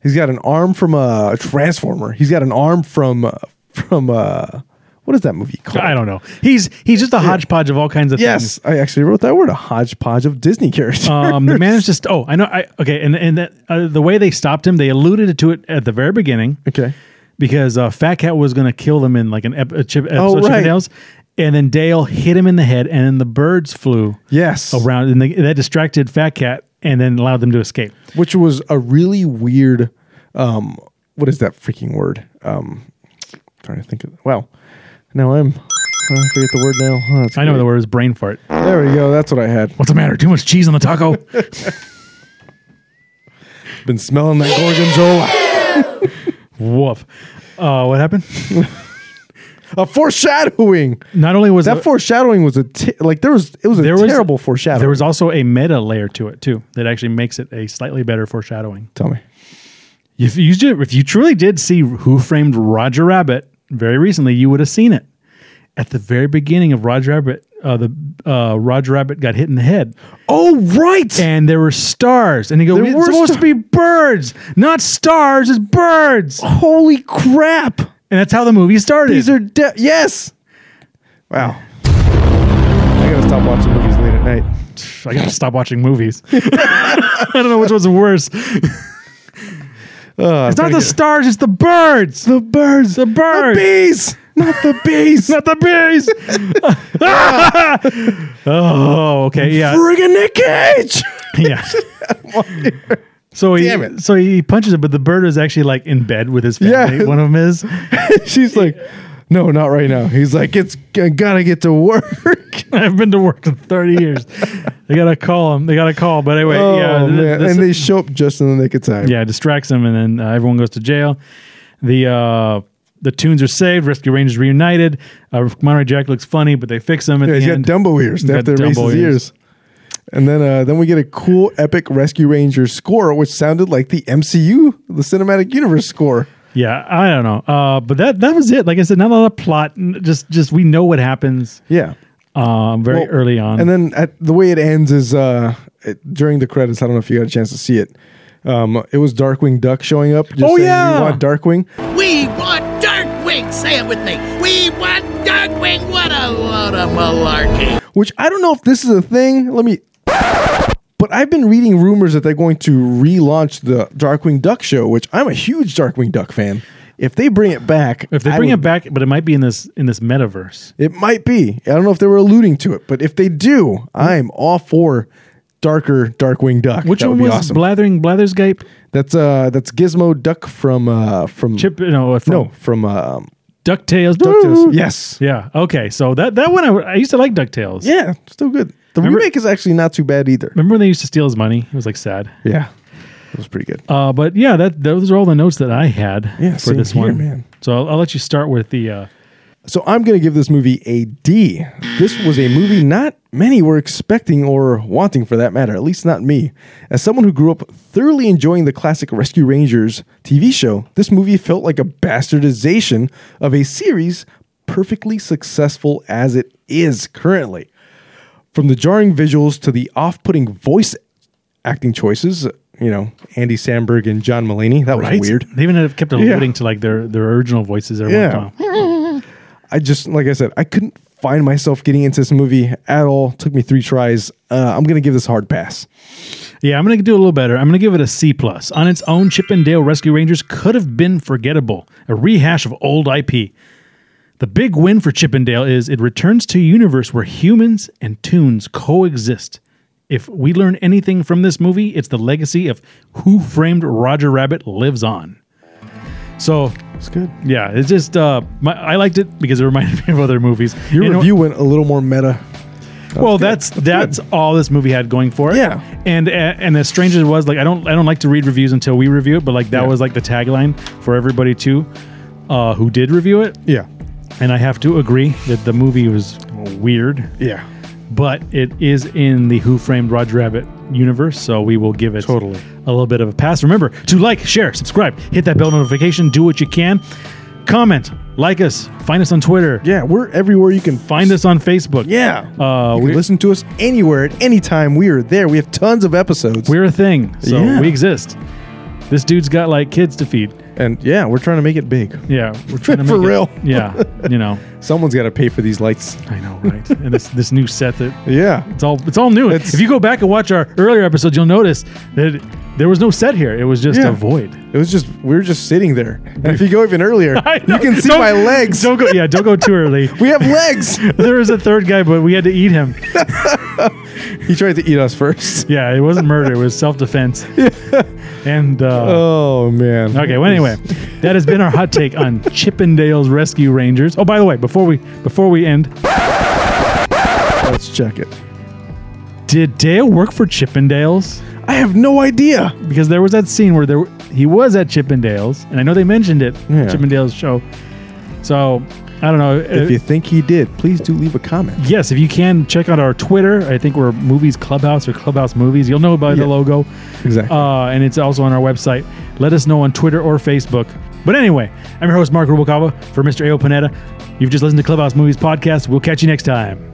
Speaker 8: he's got an arm from a transformer. He's got an arm from uh, from uh, what is that movie called?
Speaker 7: I don't know. He's he's just a hodgepodge of all kinds of
Speaker 8: Yes, I actually wrote that word a hodgepodge of Disney characters.
Speaker 7: things. Um, they managed to. St- oh, I know. I okay, and and that, uh, the way they stopped him, they alluded to it at the very beginning.
Speaker 8: Okay,
Speaker 7: because uh, Fat Cat was going to kill them in like an ep- a chip, episode
Speaker 8: Oh,
Speaker 7: of
Speaker 8: right.
Speaker 7: Chippendales, and then Dale hit him in the head, and then the birds flew.
Speaker 8: Yes,
Speaker 7: around, and they, that distracted Fat Cat, and then allowed them to escape.
Speaker 8: which was a really weird um what is that freaking word um trying to think of wow now i'm i forget the word now Oh, that's
Speaker 7: I know
Speaker 8: great.
Speaker 7: the word is brain fart.
Speaker 8: there we go that's what i had
Speaker 7: what's the matter too much cheese on the taco
Speaker 8: been smelling that gorgonzola
Speaker 7: woof uh what happened
Speaker 8: a foreshadowing
Speaker 7: not only was
Speaker 8: that
Speaker 7: it-
Speaker 8: foreshadowing was a t- like there was it was a terrible foreshadowing
Speaker 7: There was also a meta layer to it too that actually makes it a slightly better foreshadowing.
Speaker 8: Tell me.
Speaker 7: If you did, if you truly did see Who Framed Roger Rabbit very recently, you would have seen it at the very beginning of Roger Rabbit. Uh, the uh, Roger Rabbit got hit in the head.
Speaker 8: Oh right!
Speaker 7: And there were stars, and he goes,
Speaker 8: There
Speaker 7: "It's
Speaker 8: were
Speaker 7: supposed
Speaker 8: star-
Speaker 7: to be birds, not stars. It's birds."
Speaker 8: Holy crap! And
Speaker 7: that's how the movie started.
Speaker 8: These are de- yes. Wow. I gotta stop watching movies late at night.
Speaker 7: I gotta stop watching movies. I don't know which one's worse. it's not the stars, it's the birds.
Speaker 8: The birds.
Speaker 7: The birds.
Speaker 8: bees. Not the bees.
Speaker 7: not the bees. oh, okay. Yeah.
Speaker 8: Friggin' Nick Cage.
Speaker 7: yeah. So he, so he punches it, but the bird is actually like in bed with his family. One of them is.
Speaker 8: She's like, no, not right now. He's like, it's I gotta get to work.
Speaker 7: I've been to work in 30 years. they gotta call him. They gotta call. But anyway,
Speaker 8: oh,
Speaker 7: yeah. th-
Speaker 8: man.
Speaker 7: this-
Speaker 8: and they show up just in the nick of time.
Speaker 7: yeah, it distracts him, and then uh, everyone goes to jail. The uh, the tunes are saved. Rescue Rangers reunited. Uh, Monterey Jack looks funny, but they fix him. At
Speaker 8: Yeah,
Speaker 7: the
Speaker 8: he's got
Speaker 7: end.
Speaker 8: Dumbo ears. They
Speaker 7: He's
Speaker 8: have
Speaker 7: got
Speaker 8: to erase
Speaker 7: Dumbo
Speaker 8: his ears. And then uh, then we get a cool epic Rescue Ranger score, which sounded like the MCU, the Cinematic Universe score.
Speaker 7: Yeah, I don't know. Uh, but that that was it. Like I said, not a lot of plot. n- Just just we know what happens.
Speaker 8: Yeah.
Speaker 7: Um, very
Speaker 8: Well,
Speaker 7: early on.
Speaker 8: And then at, the way it ends is uh, it- during the credits. I don't know if you got a chance to see it. Um, it was Darkwing Duck showing up. Just
Speaker 15: Oh,
Speaker 8: saying,
Speaker 15: yeah!"
Speaker 8: we want Darkwing.
Speaker 15: We want Darkwing! Say it with me. We want Darkwing! What a load of malarkey!
Speaker 8: Which I don't know if this is a thing. Let me. But I've been reading rumors that they're going to relaunch the Darkwing Duck show, which I'm a huge Darkwing Duck fan. If they bring it back,
Speaker 7: if they bring it back, but it might be in this in this metaverse.
Speaker 8: It might be. I don't know if they were alluding to it, but if they do, I'm all for darker Darkwing Duck.
Speaker 7: Which
Speaker 8: That
Speaker 7: one
Speaker 8: would be
Speaker 7: was
Speaker 8: awesome.
Speaker 7: Blathering Blathersgape?
Speaker 8: That's uh, that's Gizmo Duck from uh, from
Speaker 7: Chip. No, from,
Speaker 8: no from um,
Speaker 7: Ducktales.
Speaker 8: DuckTales. Yes.
Speaker 7: Yeah. Okay. So that that one I, I used to like Ducktales.
Speaker 8: Yeah, still good. The remake is actually not too bad either.
Speaker 7: Remember when they used to steal his money? It was like sad.
Speaker 8: Yeah, it was pretty good.
Speaker 7: Uh, but yeah, that those are all the notes that I had
Speaker 8: Yeah,
Speaker 7: for
Speaker 8: same
Speaker 7: this
Speaker 8: here,
Speaker 7: one.
Speaker 8: man.
Speaker 7: So I'll, I'll let you start with the. Uh,
Speaker 8: So I'm going to give this movie a D. This was a movie not many were expecting or wanting for that matter, at least not me. As someone who grew up thoroughly enjoying the classic Rescue Rangers TV show, this movie felt like a bastardization of a series perfectly successful as it is currently. From the jarring visuals to the off-putting voice acting choices, you know, Andy Samberg and John Mulaney, that was
Speaker 7: right?
Speaker 8: weird.
Speaker 7: They even have kept
Speaker 8: Yeah.
Speaker 7: alluding to like their their original voices. Every yeah.
Speaker 8: Yeah. I just, like I said, I couldn't find myself getting into this movie at all. Took me three tries. Uh, I'm going to give this a hard pass.
Speaker 7: Yeah, I'm gonna do a little better. I'm gonna give it a C plus. On its own, Chip and Dale Rescue Rangers could have been forgettable, a rehash of old IP. The big win for Chip and Dale is it returns to a universe where humans and tunes coexist. If we learn anything from this movie, it's the legacy of Who Framed Roger Rabbit lives on. So
Speaker 8: it's good.
Speaker 7: Yeah, it's just uh, my, I liked it because it reminded me of other movies.
Speaker 8: Your
Speaker 7: You know-
Speaker 8: review went a little more meta.
Speaker 7: well, that's that's all this movie had going for it. Yeah, and and as strange as it was, like I don't I don't like to read reviews until we review it, but like that was like the tagline for everybody too, uh, who did review it.
Speaker 8: Yeah,
Speaker 7: and I have to agree that the movie was weird.
Speaker 8: Yeah,
Speaker 7: but it is in the Who Framed Roger Rabbit universe, so we will give it totally a little bit of a pass. Remember to like, share, subscribe, hit that bell notification, do what you can, comment, like us, find us on Twitter.
Speaker 8: Yeah, we're everywhere you can
Speaker 7: find us on Facebook.
Speaker 8: Yeah.
Speaker 7: uh,
Speaker 8: you
Speaker 7: we
Speaker 8: can listen to us anywhere at any time. We are there. We have tons of episodes.
Speaker 7: We're a thing. So
Speaker 8: Yeah.
Speaker 7: we exist. This dude's got like kids to feed.
Speaker 8: And yeah, we're trying to make it big.
Speaker 7: Yeah, we're trying to
Speaker 8: For
Speaker 7: make it-
Speaker 8: real.
Speaker 7: yeah, you know,
Speaker 8: someone's got to pay for these lights.
Speaker 7: I know, right? and this this new set that
Speaker 8: yeah,
Speaker 7: it's all it's all new. if you go back and watch our earlier episodes, you'll notice that there was no set here. It was just
Speaker 8: Yeah.
Speaker 7: a void.
Speaker 8: It was just we were just sitting there. And if you go even earlier,
Speaker 7: I
Speaker 8: you
Speaker 7: know.
Speaker 8: can see
Speaker 7: Don't-
Speaker 8: my legs.
Speaker 7: Don't go. Yeah, don't go too early.
Speaker 8: we have legs.
Speaker 7: there was a third guy, but we had to eat him.
Speaker 8: he tried to eat us first.
Speaker 7: Yeah, it wasn't murder. It was self defense. And uh,
Speaker 8: oh man.
Speaker 7: Okay. Well, anyway, that has been our hot take on Chippendales Rescue Rangers. Oh, by the way, before we before we end,
Speaker 8: let's check it.
Speaker 7: Did Dale work for Chippendales?
Speaker 8: I have no idea
Speaker 7: because there was that scene where there were- he was at Chippendales, and I know they mentioned it
Speaker 8: Yeah.
Speaker 7: Chippendales show. So I don't know Uh,
Speaker 8: If you think he did, please do leave a comment.
Speaker 7: Yes, if you can check out our Twitter. I think we're Movies Clubhouse or Clubhouse Movies. You'll know about
Speaker 8: Yeah.
Speaker 7: the logo.
Speaker 8: Exactly.
Speaker 7: Uh, and it's also on our website. Let us know on Twitter or Facebook. But anyway, I'm your host, Mark Rubalcaba, for Mr. A.O. Panetta. You've just listened to Clubhouse Movies Podcast. We'll catch you next time.